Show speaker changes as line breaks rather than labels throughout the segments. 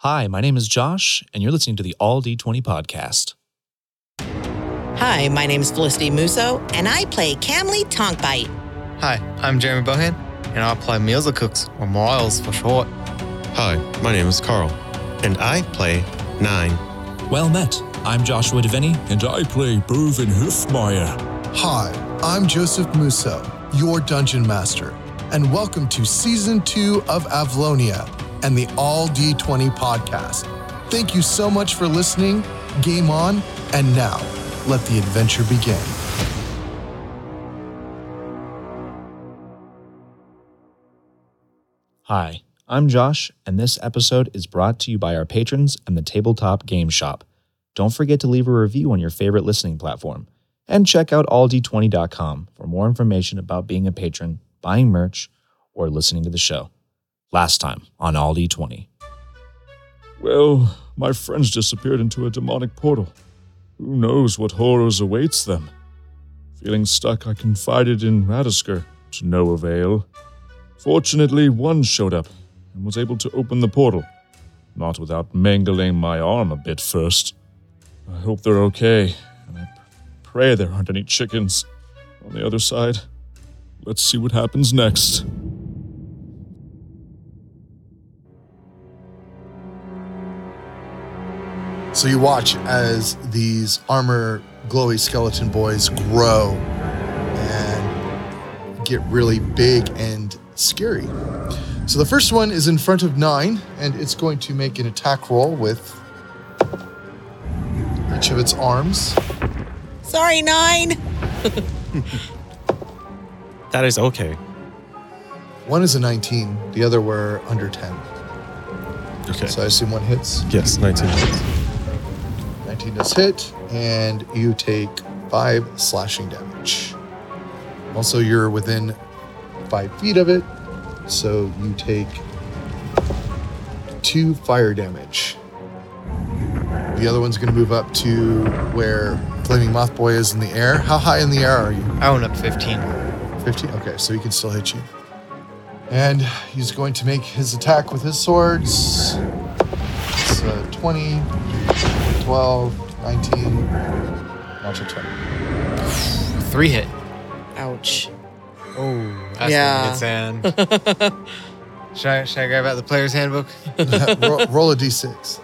Hi, my name is Josh, and you're listening to the All D20 podcast.
Hi, my name's Felicity Musso, and I play Camly Tonkbite.
Hi, I'm Jeremy Bohan, and I play Meals Cooks, or Miles for short.
Hi, my name is Carl, and I play Nine.
Well met. I'm Joshua Devenny, and I play Boven Hufmeyer.
Hi, I'm Joseph Musso, your dungeon master, and welcome to season two of Avalonia and the All D20 podcast. Thank you so much for listening. Game on, and now let the adventure begin.
Hi, I'm Josh, and this episode is brought to you by our patrons and the Tabletop Game Shop. Don't forget to leave a review on your favorite listening platform. And check out alld20.com for more information about being a patron, buying merch, or listening to the show. Last time on Aldi20. Well, my friends disappeared into a demonic portal. Who knows what horrors awaits them? Feeling stuck, I confided in Radisker, to no avail. Fortunately, one showed up and was able to open the portal, not without mangling my arm a bit first. I hope they're okay, and I p- pray there aren't any chickens on the other side. Let's see what happens next.
So you watch as these armor glowy skeleton boys grow and get really big and scary. So the first one is in front of nine, and it's going to make an attack roll with each of its arms.
Sorry, nine.
That is okay.
One is a 19, the other were under 10.
Okay.
So I assume one hits.
yes, 19.
19 does hit, and you take five slashing damage. Also, you're within five feet of it, so you take two fire damage. The other one's going to move up to where Flaming Mothboy is in the air. How high in the air are you?
I went up 15.
15? Okay, so he can still hit you. And he's going to make his attack with his swords. It's uh, 20, 12, 19, natural 20.
Three hit.
Ouch.
Oh, that's
Yeah.
a good sound. should, I, should I grab out the player's handbook?
roll, roll a d6.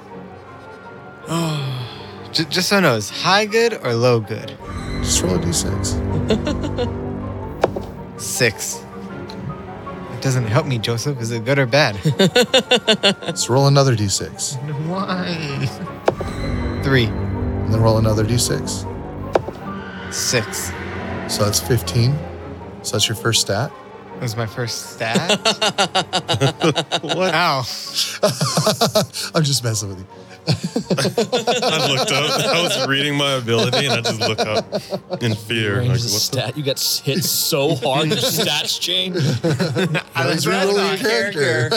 J- just so I know, is high good or low good?
Just roll a d6.
Six. It doesn't help me, Joseph. Is it good or bad?
Let's roll another d6.
Why? Three.
And then roll another d6.
Six.
So that's 15. So that's your first stat.
That was my first stat.
What?
Ow.
I'm just messing with you.
I looked up. I was reading my ability, and I just looked up in fear. Like, what's the-
you got hit so hard your stats change.
I was
He's
right
rolling
about it.
character.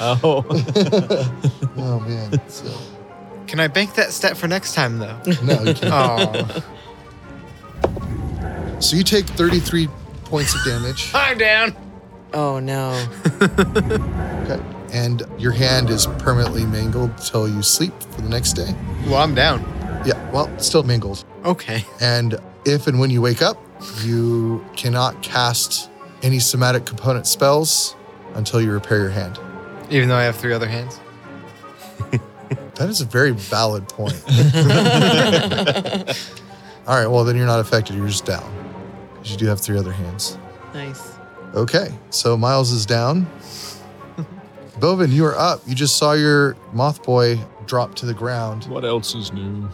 Oh.
oh, man. So,
Can I bank that stat for next time, though?
no, you can't.
oh.
So you take 33 points of damage.
I'm down.
Oh no.
Okay. And your hand is permanently mangled till you sleep for the next day.
Well, I'm down.
Yeah, well, still mangled.
Okay.
And if and when you wake up, you cannot cast any somatic component spells until you repair your hand.
Even though I have three other hands.
That is a very valid point. All right, well, then you're not affected. You're just down because you do have three other hands.
Nice.
Okay, so Miles is down. Bovin, you are up. You just saw your moth boy drop to the ground.
What else is new?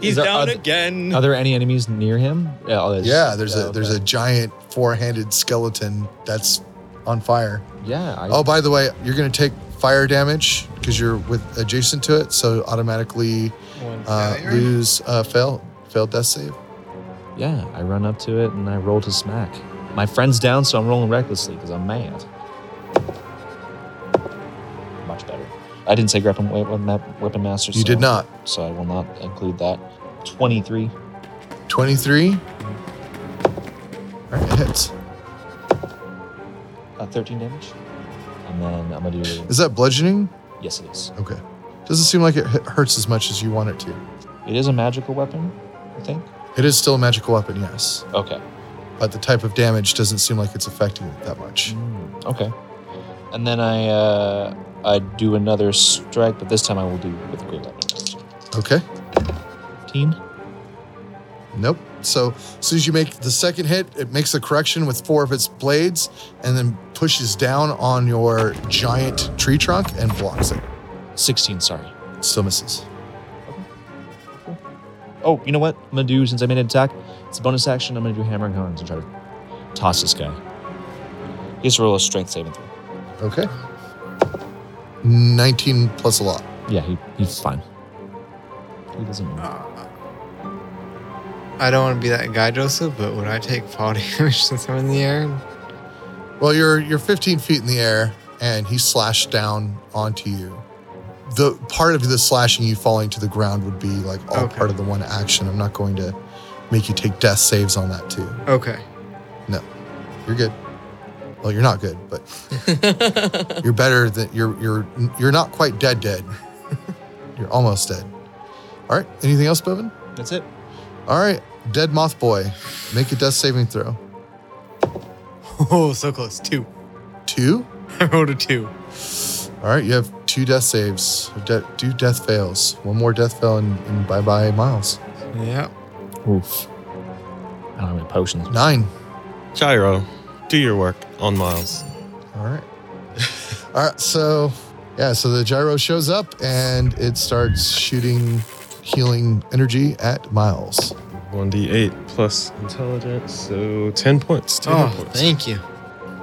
He's down again.
Are there any enemies near him? Yeah, oh,
Yeah, there's a there's a giant four-handed skeleton that's on fire.
yeah. I,
Oh, by the way, you're going to take fire damage because you're with adjacent to it, so automatically
One
uh,
failure.
lose uh, fail failed death save.
yeah. I run up to it and I roll to smack. My friend's down, so I'm rolling recklessly because I'm mad. Much better. I didn't say weapon weapon, ma- weapon master.
You
so-
did not.
so I will not include that. Twenty-three.
23. All right, it hits.
Uh, 13 damage. And then I'm going to do.
Is that bludgeoning?
Yes, it is.
Okay. Doesn't seem like it hu- hurts as much as you want it to.
It is a magical weapon, I think.
It is still a magical weapon, yes,
Okay.
but the type of damage doesn't seem like it's affecting it that much.
Mm, okay. And then I uh, I do another strike, but this time I will do with great weapon.
Okay.
15.
Nope. So as soon as you make the second hit, it makes a correction with four of its blades and then pushes down on your giant tree trunk and blocks it.
16, sorry.
Still misses.
Oh, you know what? I'm going to do, since I made an attack, it's a bonus action. I'm going to do Hammering Horns and try to toss this guy. He has to roll a strength saving throw.
Okay. 19 plus a lot.
Yeah, he, he's fine. He doesn't move.
I don't want to be that guy, Joseph, but would I take fall damage since I'm in the air?
Well, you're you're 15 feet in the air, and he slashed down onto you. The part of the slashing you falling to the ground would be like all
Okay.
part of the one action. I'm not going to make you take death saves on that too.
Okay.
You're good. Well, you're not good, but you're better than you're you're you're not quite dead dead. you're almost dead. All right. Anything else, Bevin?
That's it.
All right. Dead Moth Boy, make a death saving throw.
Oh, so close. Two.
Two.
I rolled a two.
All right, you have two death saves. De- two death fails. One more death fail, and, and bye bye, Miles.
Yeah.
Oof. I don't have any potions.
Nine.
Gyro, do your work on Miles.
All right. All right. So, yeah, so the gyro shows up and it starts shooting healing energy at Miles.
1d8 plus intelligence, so 10 points. 10
Oh,
hit points.
thank you.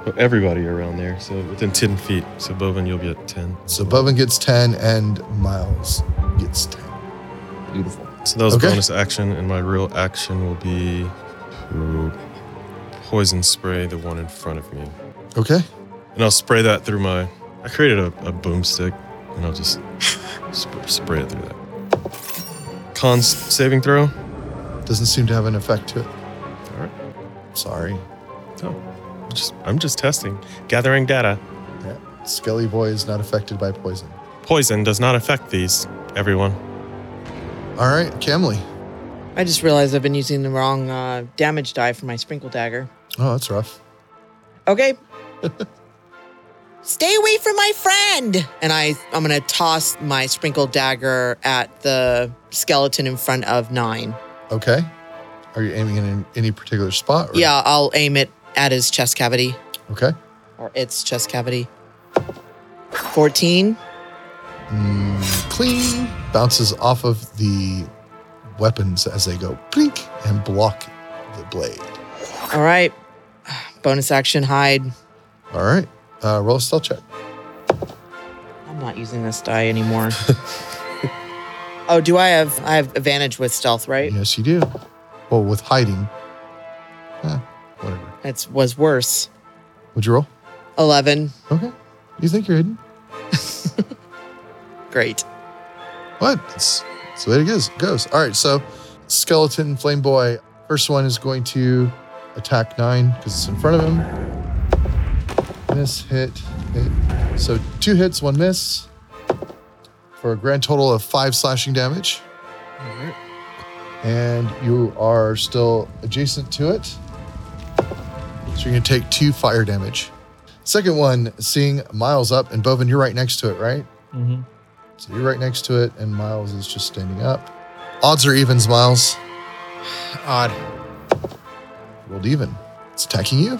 But Everybody around there, so within 10 feet. So, Bovin, you'll get 10.
So, Bubba gets 10 and Miles gets 10.
Beautiful.
So that was
Okay.
bonus action, and my real action will be to poison spray the one in front of me.
Okay.
And I'll spray that through my. I created a, a boomstick, and I'll just sp- spray it through that. Con s- saving throw.
Doesn't seem to have an effect to it.
All right.
Sorry.
Oh, just, I'm just testing, gathering data.
Yeah. Skelly Boy is not affected by poison.
Poison does not affect these, everyone.
All right, Camly.
I just realized I've been using the wrong uh, damage die for my sprinkle dagger.
Oh, that's rough.
Okay. Stay away from my friend. And I, I'm gonna toss my sprinkle dagger at the skeleton in front of nine.
Okay. Are you aiming in any particular spot? or-
Yeah, I'll aim it at his chest cavity
Okay.
or its chest cavity. Fourteen.
Mm, clean bounces off of the weapons as they go plink and block the blade.
All right. Bonus action hide.
All right, uh, roll a stealth check.
I'm not using this die anymore. oh, do I have I have advantage with stealth, right?
Yes, you do. Well, with hiding, eh, whatever.
It was worse.
Would you roll?
Eleven.
Okay, you think you're hidden?
Great.
What? It's, it's the way it goes. Goes. All right. So, skeleton flame boy. First one is going to attack nine because it's in front of him. Miss hit hit. So two hits, one miss, for a grand total of five slashing damage. And you are still adjacent to it, so you're going to take two fire damage. Second one, seeing Miles up, and Bovin, you're right next to it, right?
Mm-hmm.
So you're right next to it, and Miles is just standing up. Odds or evens, Miles?
Odd.
Rolled even. It's attacking you.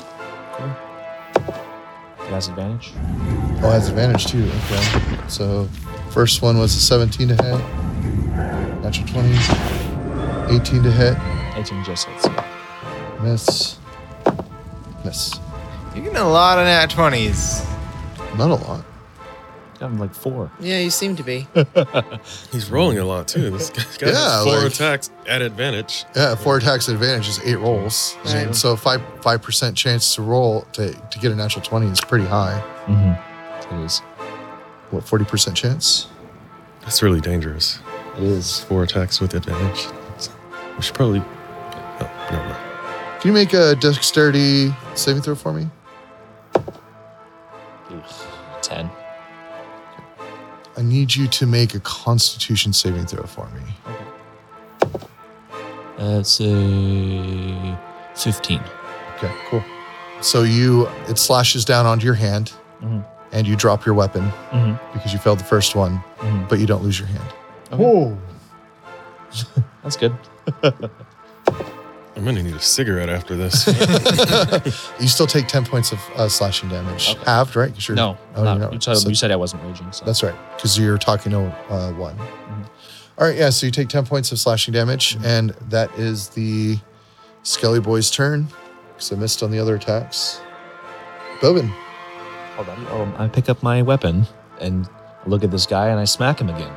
It has advantage.
Oh, it has advantage too. Okay. So first one was a 17 to hit, natural 20, 18 to hit,
18 just hits.
miss, miss.
You're getting a lot of nat 20s.
Not a lot.
Got him like four.
Yeah, you seem to be.
He's rolling a lot too. This guy's got
Yeah,
four
like-
attacks at advantage.
Yeah, four attacks at advantage is eight rolls.
Right.
So five five percent chance to roll to, to get a natural 20 is pretty high.
Mm-hmm. It is.
What 40% chance?
That's really dangerous.
It is.
Four attacks with advantage. We should probably. Oh, never mind.
Can you make a dexterity saving throw for me?
10.
I need you to make a Constitution saving throw for me.
That's a 15.
Okay, cool. So you it slashes down onto your hand,
Mhm.
and you drop your weapon
Mhm.
because you failed the first one,
Mhm.
but you don't lose your hand.
Okay.
Whoa!
That's good.
I'm gonna need a cigarette after this.
You still take ten points of uh, slashing damage,
Okay.
halved, right? 'Cause you're-
No,
Oh,
not-
you're not-
you, told-
so-
you said I wasn't raging. So.
That's right, because you're talking to uh, one.
Mm-hmm.
All right, yeah. So you take ten points of slashing damage, and that is the Skelly Boy's turn. Because I missed on the other attacks. Bobin,
Hold on. Um, I pick up my weapon and look at this guy and I smack him again.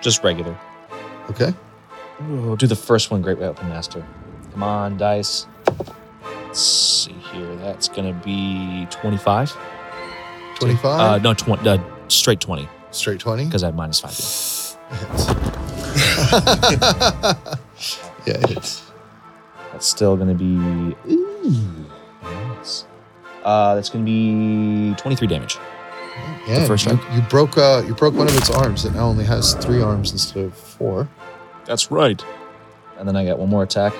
Just regular.
okay.
uh, Ooh, do the first one, Great Weapon Master. Come on, dice. Let's see here. That's going to be 25. Uh,
Twenty-five,
no, tw- uh, straight 20
straight twenty.
because I have minus five. Yeah.
yeah, it hits.
That's still going to be. Ooh. Nice. Uh, that's going to be 23 damage.
Yeah,
first
you, you broke uh, you broke one of its arms. It now only has three arms instead of four.
That's right. And then I got one more attack.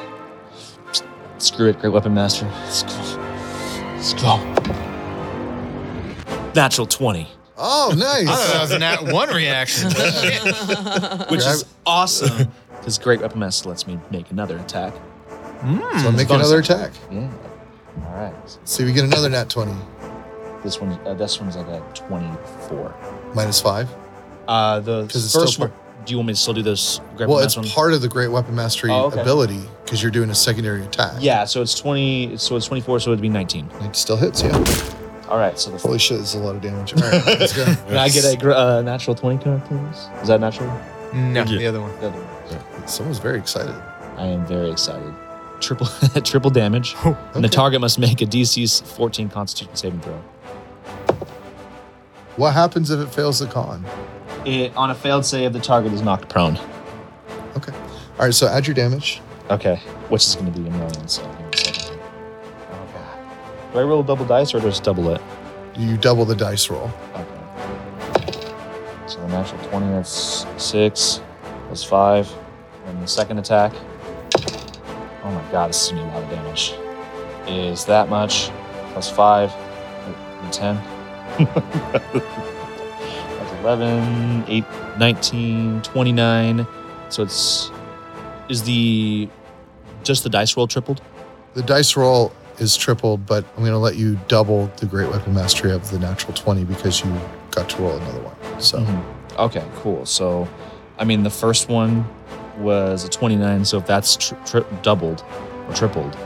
S- Screw it, Great Weapon Master. Let's go. Let's go. Natural 20,
Oh,
I thought that
nice!
was an at one reaction.
which
Grab-
is awesome because Great Weapon Master lets me make another attack.
so make
Hmm. bonus
another attack.
Yeah. All right.
See if you get another nat twenty
This one, uh, this one's like a 24.
minus five.
Uh, the
'Cause it's
first
still
one. Do you want me to still do this? Great
Well,
Weapon
it's
Master one?
part of the great weapon mastery
Oh, okay.
ability because you're doing a secondary attack.
Yeah, so it's 20. So it's 24. So it'd be 19.
it still hits. Yeah,
All right. So the
holy shit, this is a lot of damage. All right, let's go.
Can I get a gr- uh, natural 20 card, please? Is that natural?
no,
Yeah.
the other one.
Someone's very excited.
I am very excited. Triple triple damage, and the
Okay.
target must make a DC 14 Constitution saving throw.
What happens if it fails the con?
It, on a failed save, the target is knocked prone.
Okay. All right, so add your damage.
Okay, which is going to be a million. So give me a second. here. Oh god. Do I roll double dice or just double it?
You double the dice roll.
Okay. So the natural 20, that's six, plus five, and the second attack. Oh my god, this is gonna be a lot of damage. Is that much, plus five, and 10. that's 11, 8, 19, 29. So it's, is the, just the dice roll tripled?
The dice roll is tripled, but I'm going to let you double the great weapon mastery of the natural 20 because you got to roll another one. So
Mhm. Okay, cool. So, I mean, the first one was a 29. So if that's tri- tri- doubled or tripled,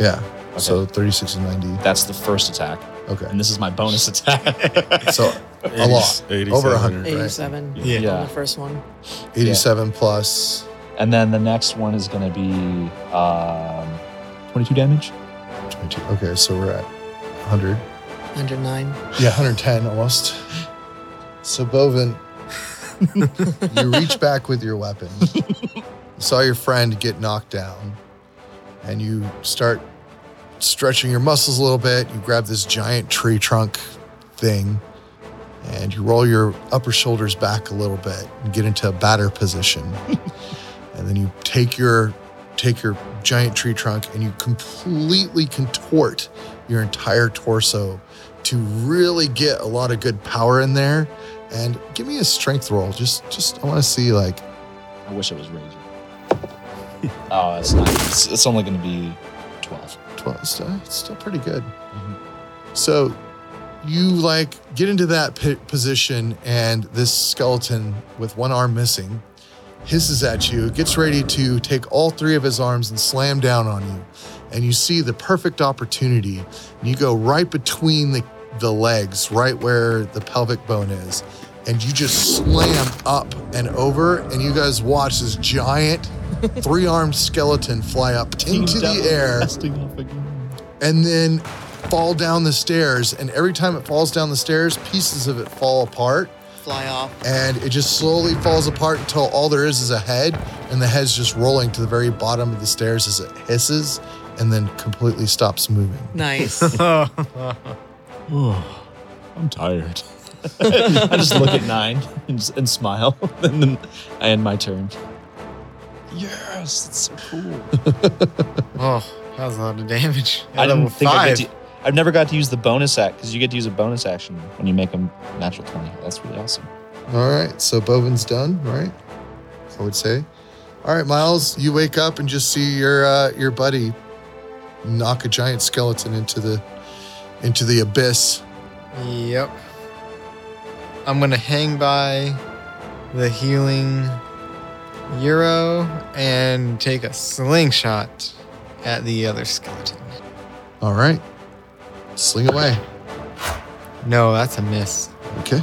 yeah,
Mm-hmm. okay,
so 36 and 90.
that's the first attack,
Okay,
and this is my bonus attack.
so a lot.
80,
Over
100.
100.
87
Yeah.
Yeah.
on
yeah,
the first one.
87 plus.
and then the next one is going to be um, 22 damage.
22. Okay, so we're at 100.
109.
Yeah, 110 almost. So, Bovin, you reach back with your weapon. You saw your friend get knocked down, and you start stretching your muscles a little bit. You grab this giant tree trunk thing, and you roll your upper shoulders back a little bit and get into a batter position. and then you take your take your giant tree trunk and you completely contort your entire torso to really get a lot of good power in there. And give me a strength roll. Just just I want to see like
I wish it was raging. oh, it's not. It's, it's only going to be 12.
12 it's still, it's still pretty good. So you like get into that p- position and this skeleton with one arm missing hisses at you, gets ready to take all three of his arms and slam down on you. And you see the perfect opportunity. And you go right between the, the legs, right where the pelvic bone is. And you just slam up and over. And you guys watch this giant three armed skeleton fly up into the air and then fall down the stairs. And every time it falls down the stairs, pieces of it fall apart
Fly off.
and it just slowly falls apart until all there is is a head, and the head's just rolling to the very bottom of the stairs as it hisses and then completely stops moving.
Nice.
I'm tired.
I just look at nine and, s- and smile, and then I end my turn. Yes, that's so cool.
Oh, that was a lot of damage.
I
Level
don't think I
five.
get to, I've never got to use the bonus act because you get to use a bonus action when you make a natural 20. That's really awesome.
All right, so Bovin's done, right? I would say. All right, Miles, you wake up and just see your uh, your buddy knock a giant skeleton into the into the abyss.
Yep. I'm gonna hang by the healing euro and take a slingshot at the other skeleton.
All right, sling away.
No, that's a miss.
Okay,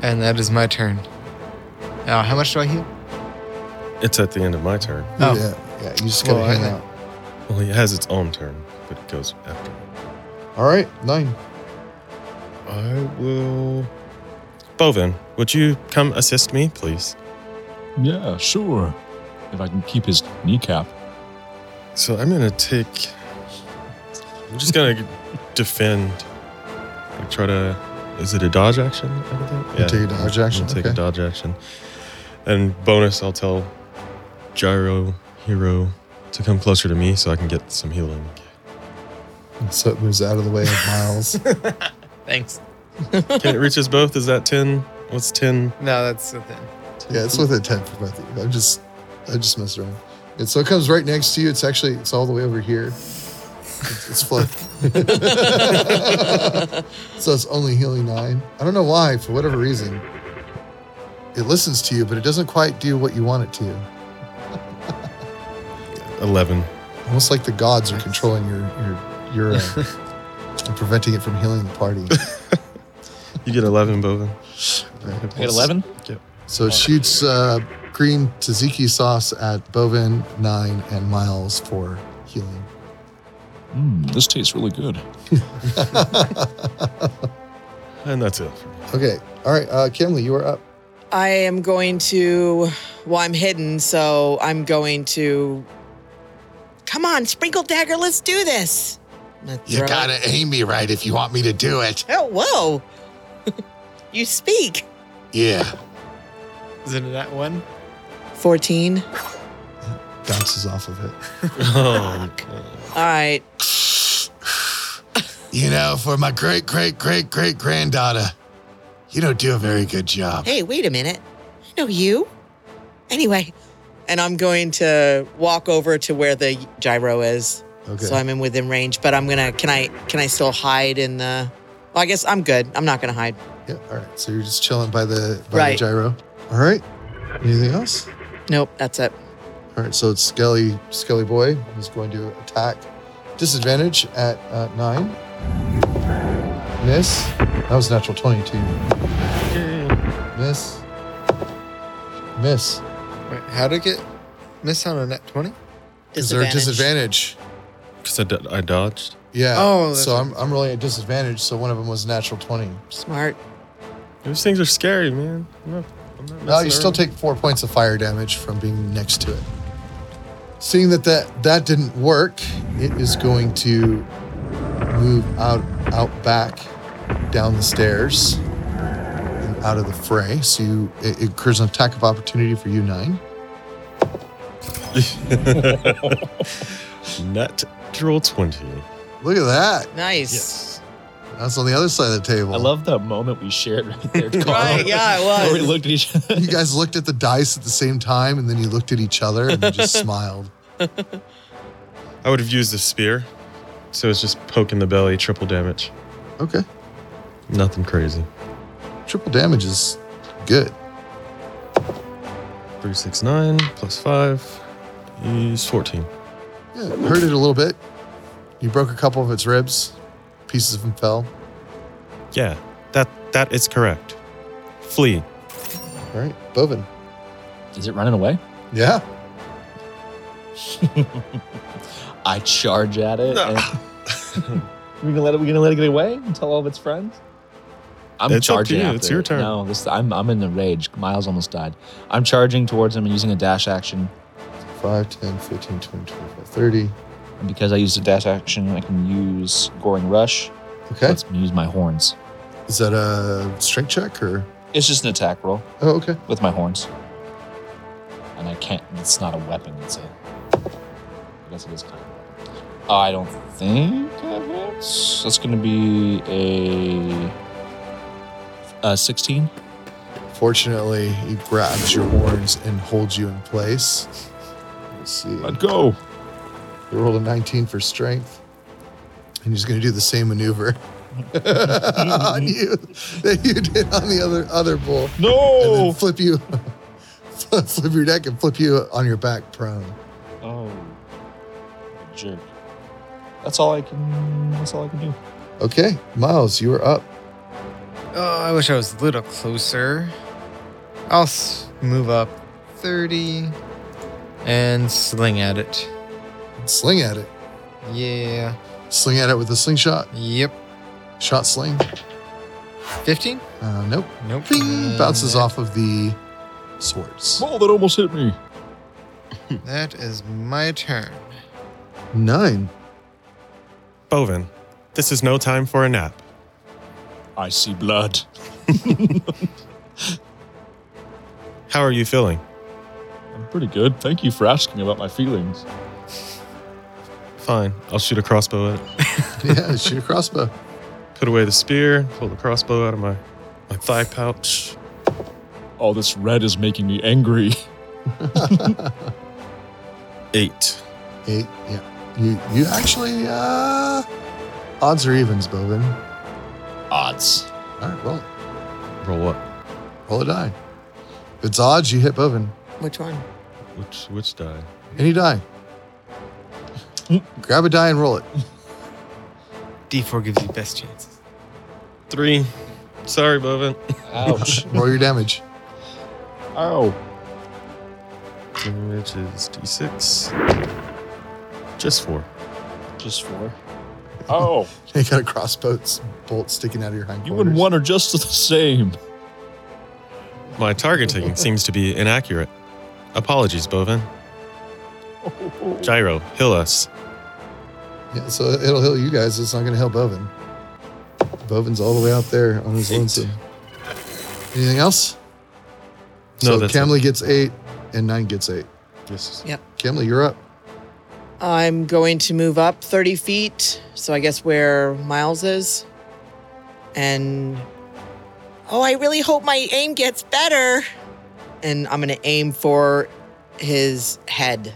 And that is my turn. Now, how much do I heal?
It's at the end of my turn.
Oh.
yeah, yeah, you just gotta
Well, I
hang
think-
out.
Well, it has its own turn, but it goes after.
All right, nine.
I will. Bovin, would you come assist me, please?
Yeah, sure. If I can keep his kneecap.
So I'm gonna take. I'm just gonna defend. Like try to. Is it a dodge action? I think.
You take a dodge action,
I'll take
okay.
a dodge action. And bonus, I'll tell Gyro Hero to come closer to me so I can get some healing.
So it moves out of the way of Miles.
Thanks.
Can it reach us both? Is that ten? What's ten?
No, that's the thing.
yeah, it's with a ten for both of you. I'm just I just messed around. And so it comes right next to you. It's actually it's all the way over here. It's, it's flat. so it's only healing nine. I don't know why, for whatever reason. It listens to you, but it doesn't quite do what you want it to.
Eleven.
Almost like the gods are controlling your your your uh, and preventing it from healing the party.
You get eleven, Bovin.
I get 11?
So it shoots uh, green tzatziki sauce at Bovin, Nine, and Miles for healing.
Mm, this tastes really good.
And that's it. for me.
Okay. All right. Uh, Kimley, you are up.
I am going to. Well, I'm hidden, so I'm going to. Come on, sprinkle dagger. Let's do this. I'm gonna throw-
aim me right if you want me to do it.
Oh, whoa! you speak.
Yeah.
Is it that one?
Fourteen.
Bounces off of it.
Oh,
All right.
You know, for my great, great, great, great granddaughter, you don't do a very good job.
Hey, wait a minute. I know you. Anyway, and I'm going to walk over to where the gyro is.
Okay.
So I'm in within range, but I'm gonna. Can I? Can I still hide in the? Well, I guess I'm good. I'm not gonna hide.
yeah, all right. So you're just chilling by the by
Right.
the gyro. All right. Anything else?
Nope, that's it.
All right. So it's Skelly Skelly Boy. He's going to attack. Disadvantage at uh, nine. Miss. That was natural twenty-two. Miss. Miss.
Wait, how did it get miss on a net 20?
Is there a disadvantage?
because I, do- I dodged.
Yeah.
Oh, that's
so
right.
I'm, I'm really at disadvantage. So one of them was natural 20.
Smart.
Those things are scary, man. I'm not, I'm not
No,
messing
you still
around.
take four points of fire damage from being next to it. Seeing that that, that didn't work, it is going to move out out back down the stairs and out of the fray. So you, it, it occurs an attack of opportunity for you nine.
Natural 20.
Look at that.
Nice.
That's on the other side of the table.
I love the moment we shared right there, Carl.
Right, yeah, it
Where we
was.
looked at each other.
you guys looked at the dice at the same time, and then you looked at each other and you just smiled.
I would have used the spear. So it's just poke in the belly, triple damage.
Okay.
Nothing crazy.
Triple damage is good.
369 plus 5 is 14.
Yeah, it hurt it a little bit. You broke a couple of its ribs. Pieces of them fell.
Yeah, that that is correct. Flee.
All right, Bovin.
Is it running away?
Yeah.
I charge at it. and- we gonna let it. We gonna let it get away and tell all of its friends. I'm
It's up to
charging.
you.
after
It's your
it.
turn.
No, this. I'm. I'm in the rage. Miles almost died. I'm charging towards him and using a dash action.
5, 10, 15, 20, 25, 30.
And because I used a dash action, I can use Goring Rush.
Okay.
Let's use my horns.
Is that a strength check or?
It's just an attack roll
Oh, okay.
with my horns. And I can't, it's not a weapon, it's a. I guess it is kind of a weapon. I don't think I have. That's going to be a. Uh, 16?
Fortunately, he grabs your horns and holds you in place. Let's see.
go.
He rolled a 19 for strength. And he's going to do the same maneuver on you that you did on the other other bull. And then
No! Oh,
flip you, flip your neck and flip you on your back prone.
Oh. Jerk. That's all I can. That's all I can do.
Okay, Miles, you are up.
Oh, I wish I was a little closer. I'll s- move up 30 and sling at it.
Sling at it.
Yeah.
Sling at it with a slingshot.
Yep.
Shot sling.
15?
Uh, nope.
Nope.
Ping! Bounces
And
off of the swords.
Oh, that almost hit me.
That is my turn.
Nine.
Bovin, this is no time for a nap.
I see blood.
How are you feeling?
I'm pretty good. Thank you for asking about my feelings.
Fine. I'll shoot a crossbow at it.
Yeah, shoot a crossbow.
Put away the spear, pull the crossbow out of my, my thigh pouch.
Oh, this red is making me angry.
Eight.
Eight. Yeah. You you actually uh odds or evens, Bovin.
Odds.
All right, roll. it.
Roll up.
Roll a die. If it's odds, you hit Bovin.
Which one?
Which which die?
Any die. Grab a die and roll it.
D4 gives you best chances.
Three. Sorry, Bovin.
Ouch.
Roll your damage.
Oh.
Ow.
Which is D6. Just four.
Just four. Oh,
You got a crossbow s- bolt sticking out of your
you
hindquarters.
and one are just the same.
My target taking seems to be inaccurate. Apologies, Bovin. Gyro, heal us.
Yeah, so it'll heal you guys. It's not going to help Bovin. Bovin's all the way out there on his
Eight.
lonesome. Anything else?
No,
so
that's it.
Camley gets eight and nine gets eight.
Yes.
Camley, you're up.
I'm going to move up 30 feet, so I guess where Miles is. And oh, I really hope my aim gets better. And I'm going to aim for his head.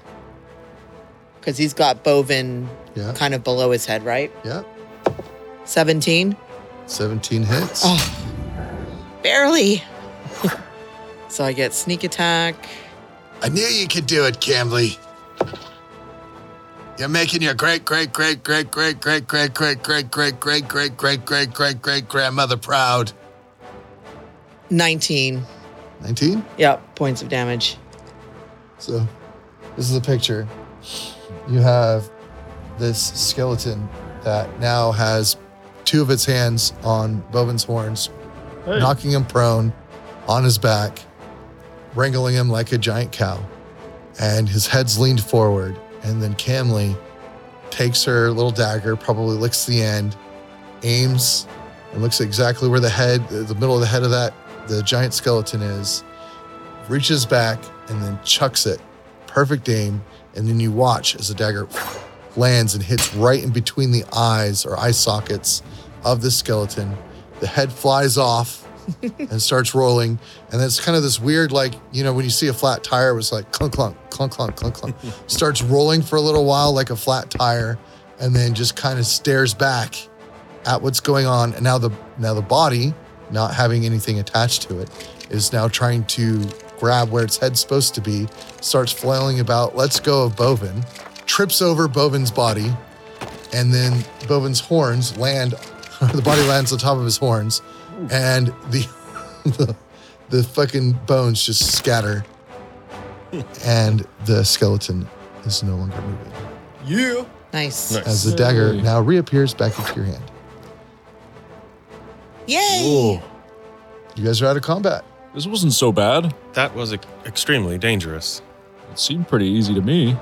Because he's got Bovin
Yeah,
kind of below his head, right?
yeah.
17?
17 hits.
Oh, barely. so I get sneak attack.
I knew you could do it, Camley. You're making your great, great, great, great, great, great, great, great, great, great, great, great, great, great, great, great grandmother proud.
19.
19?
Yep, points of damage.
So, this is a picture. You have this skeleton that now has two of its hands on Bovin's horns,
Hey.
knocking him prone on his back, wrangling him like a giant cow. And his head's leaned forward. And then Camley takes her little dagger, probably licks the end, aims, and looks exactly where the head, the middle of the head of that, the giant skeleton is, reaches back and then chucks it. Perfect aim. And then you watch as the dagger lands and hits right in between the eyes or eye sockets of the skeleton. The head flies off and starts rolling. And it's kind of this weird, like, you know, when you see a flat tire, it was like clunk, clunk, clunk, clunk, clunk, clunk. starts rolling for a little while like a flat tire and then just kind of stares back at what's going on. And now the now the body, not having anything attached to it, is now trying to grab where its head's supposed to be, starts flailing about, lets go of Bovin, trips over Bovin's body, and then Bovin's horns land the body lands on top of his horns, and the the, the fucking bones just scatter. And the skeleton is no longer moving.
Yeah.
Nice.
Nice.
As the dagger
Hey.
now reappears back into your hand.
Yay!
You guys are out of combat.
This wasn't so bad.
That was ex- extremely dangerous.
It seemed pretty easy to me.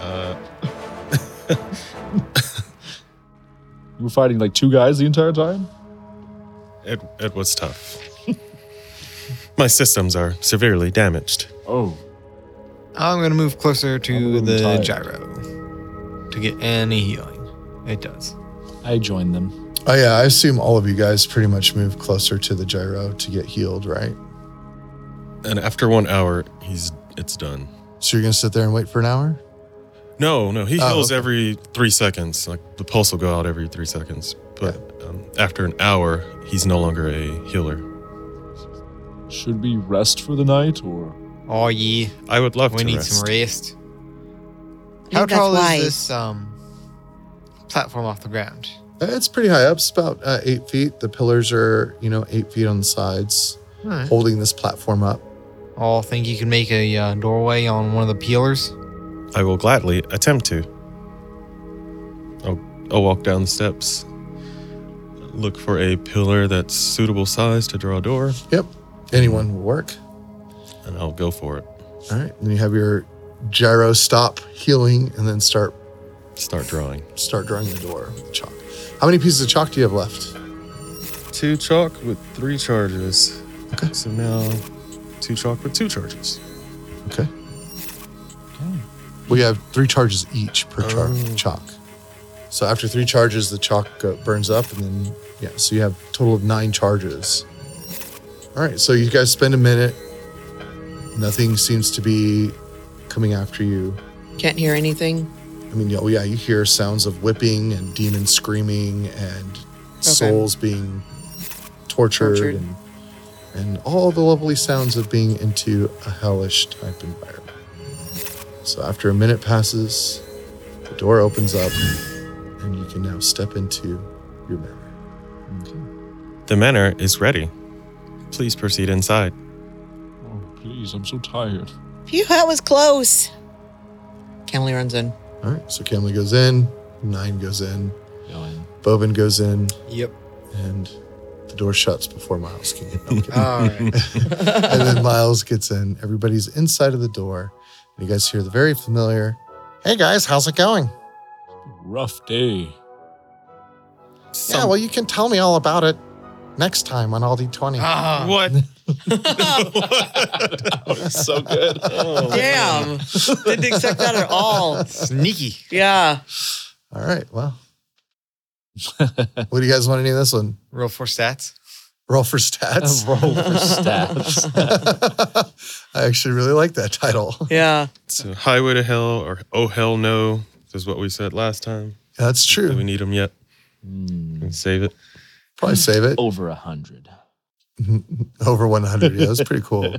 Uh,
You were fighting like two guys the entire time?
Ed, Ed was tough. My systems are severely damaged.
Oh,
I'm gonna move closer
I'm a
to
little
the
tired.
gyro to get any healing. It does.
I joined them.
Oh yeah, I assume all of you guys pretty much move closer to the gyro to get healed, right?
And after one hour, he's it's done.
So you're gonna sit there and wait for an hour?
No, no, he
Oh,
heals
okay.
every three seconds. Like the pulse will go out every three seconds. But um, after an hour, he's no longer a healer.
Should we rest for the night or?
Oh yeah,
I would love
we
to
need
rest.
some
I
rest. How
think that's
tall
wise.
is this um platform off the ground?
Uh, It's pretty high up. It's about uh, eight feet. The pillars are, you know, eight feet on the sides,
All right.
holding this platform up.
Oh, think you can make a uh, doorway on one of the peelers?
I will gladly attempt to. I'll, I'll walk down the steps, look for a pillar that's suitable size to draw a door,
Yep, anyone will work.
and I'll go for it.
All right, then you have your gyro stop healing, and then start
Start drawing.
start drawing the door with chalk. How many pieces of chalk do you have left?
Two chalk with three charges. Okay. So now two chalk with two charges.
Okay. We have three charges each per char-
Oh.
chalk. So after three charges, the chalk uh, burns up, and then yeah, so you have a total of nine charges. All right, so you guys spend a minute. Nothing seems to be coming after you.
Can't hear anything.
I mean, oh yeah, you hear sounds of whipping and demons screaming and souls being tortured,
Tortured.
And, and all the lovely sounds of being into a hellish type environment. So after a minute passes, the door opens up and you can now step into your memory.
The manor is ready. Please proceed inside.
Oh, please, I'm so tired.
Phew, that was close. Camely runs in.
All right, so Camley goes in, Nine goes in,
Yelling.
Bobin goes in,
Yep.
and the door shuts before Miles can get out.
All right.
and then Miles gets in. Everybody's inside of the door. And you guys hear the very familiar, Hey guys, how's it going?
Rough day.
yeah,
Some-
well, you can tell me all about it next time on Aldi 20.
Ah,
what?
so good.
Damn. Didn't expect that at all.
sneaky.
Yeah.
All right, well. what do you guys want to name this one?
Roll for stats.
Roll for stats.
Roll for stats.
I actually really like that title.
Yeah.
So highway to hell or oh hell no is what we said last time.
That's
Do we
true.
need them yet?
Hmm,
Can Save it.
Probably save it.
over a hundred.
Over 100. Yeah, that's pretty cool.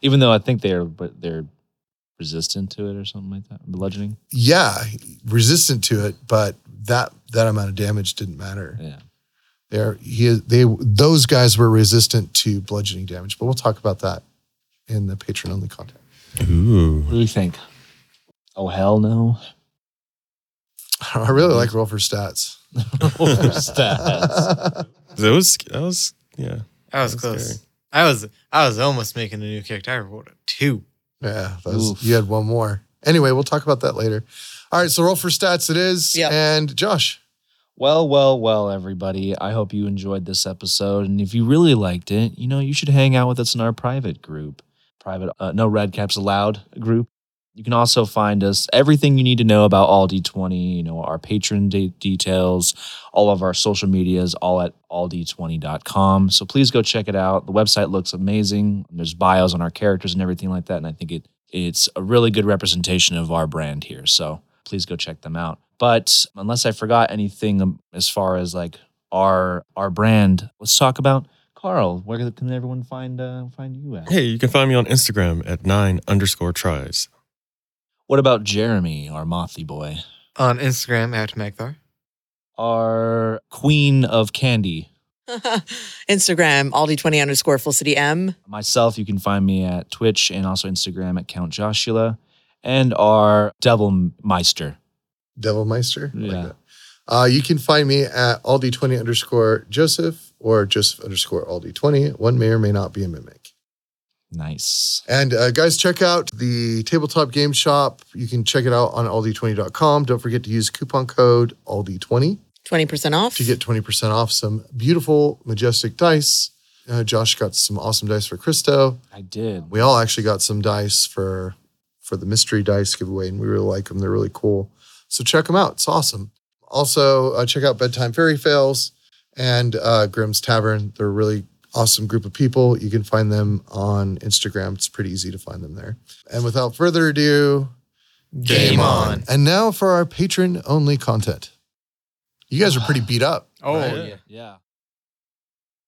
Even though I think they're but they're resistant to it or something like that. Bludgeoning.
Yeah, resistant to it, but that that amount of damage didn't matter.
Yeah.
There, he is, they those guys were resistant to bludgeoning damage, but we'll talk about that in the patron only content.
Ooh.
What do you think? Oh hell no.
I really like roll for stats.
Over stats.
That was that was yeah.
I was
That's
close.
scary.
I was I was almost making a new character. I rolled a two.
Yeah, that was,
Oof.
you had one more. Anyway, we'll talk about that later. All right, so roll for stats it is.
Yep.
And Josh,
Well, well, well, everybody. I hope you enjoyed this episode. And if you really liked it, you know, you should hang out with us in our private group. Private, uh, no red caps allowed group. You can also find us everything you need to know about Aldi 20, you know, our patron de- details, all of our social medias, all at aldi20.com. So please go check it out. The website looks amazing. There's bios on our characters and everything like that. And I think it it's a really good representation of our brand here. So please go check them out. But unless I forgot anything um, as far as like our our brand, let's talk about Carl. Where can everyone find uh, find you at?
Hey, you can find me on Instagram at nine underscore tries.
What about Jeremy, our Mothy boy,
On Instagram at Magthar.
our queen of candy?
Instagram, Aldi20 underscore Full City M.
Myself, you can find me at Twitch and also Instagram at Count Joshua, and our Devil Meister.
Devil Meister. I like
Yeah.
that. Uh, you can find me at Aldi20 underscore Joseph or Joseph underscore Aldi20. One may or may not be a mimic.
Nice.
And uh, guys, check out the Tabletop Game Shop. You can check it out on aldi20.com. Don't forget to use coupon code ALDI20.
20% off.
to get 20% off some beautiful, majestic dice. Uh, Josh got some awesome dice for Christo.
I did.
We all actually got some dice for for the mystery dice giveaway, and we really like them. They're really cool. So check them out. It's awesome. Also, uh, check out Bedtime Fairy Tales and uh, Grimm's Tavern. They're a really awesome group of people. You can find them on Instagram. It's pretty easy to find them there. And without further ado,
Game on.
And now for our patron only content. You guys are pretty beat up.
Oh,
Right.
yeah.
Yeah.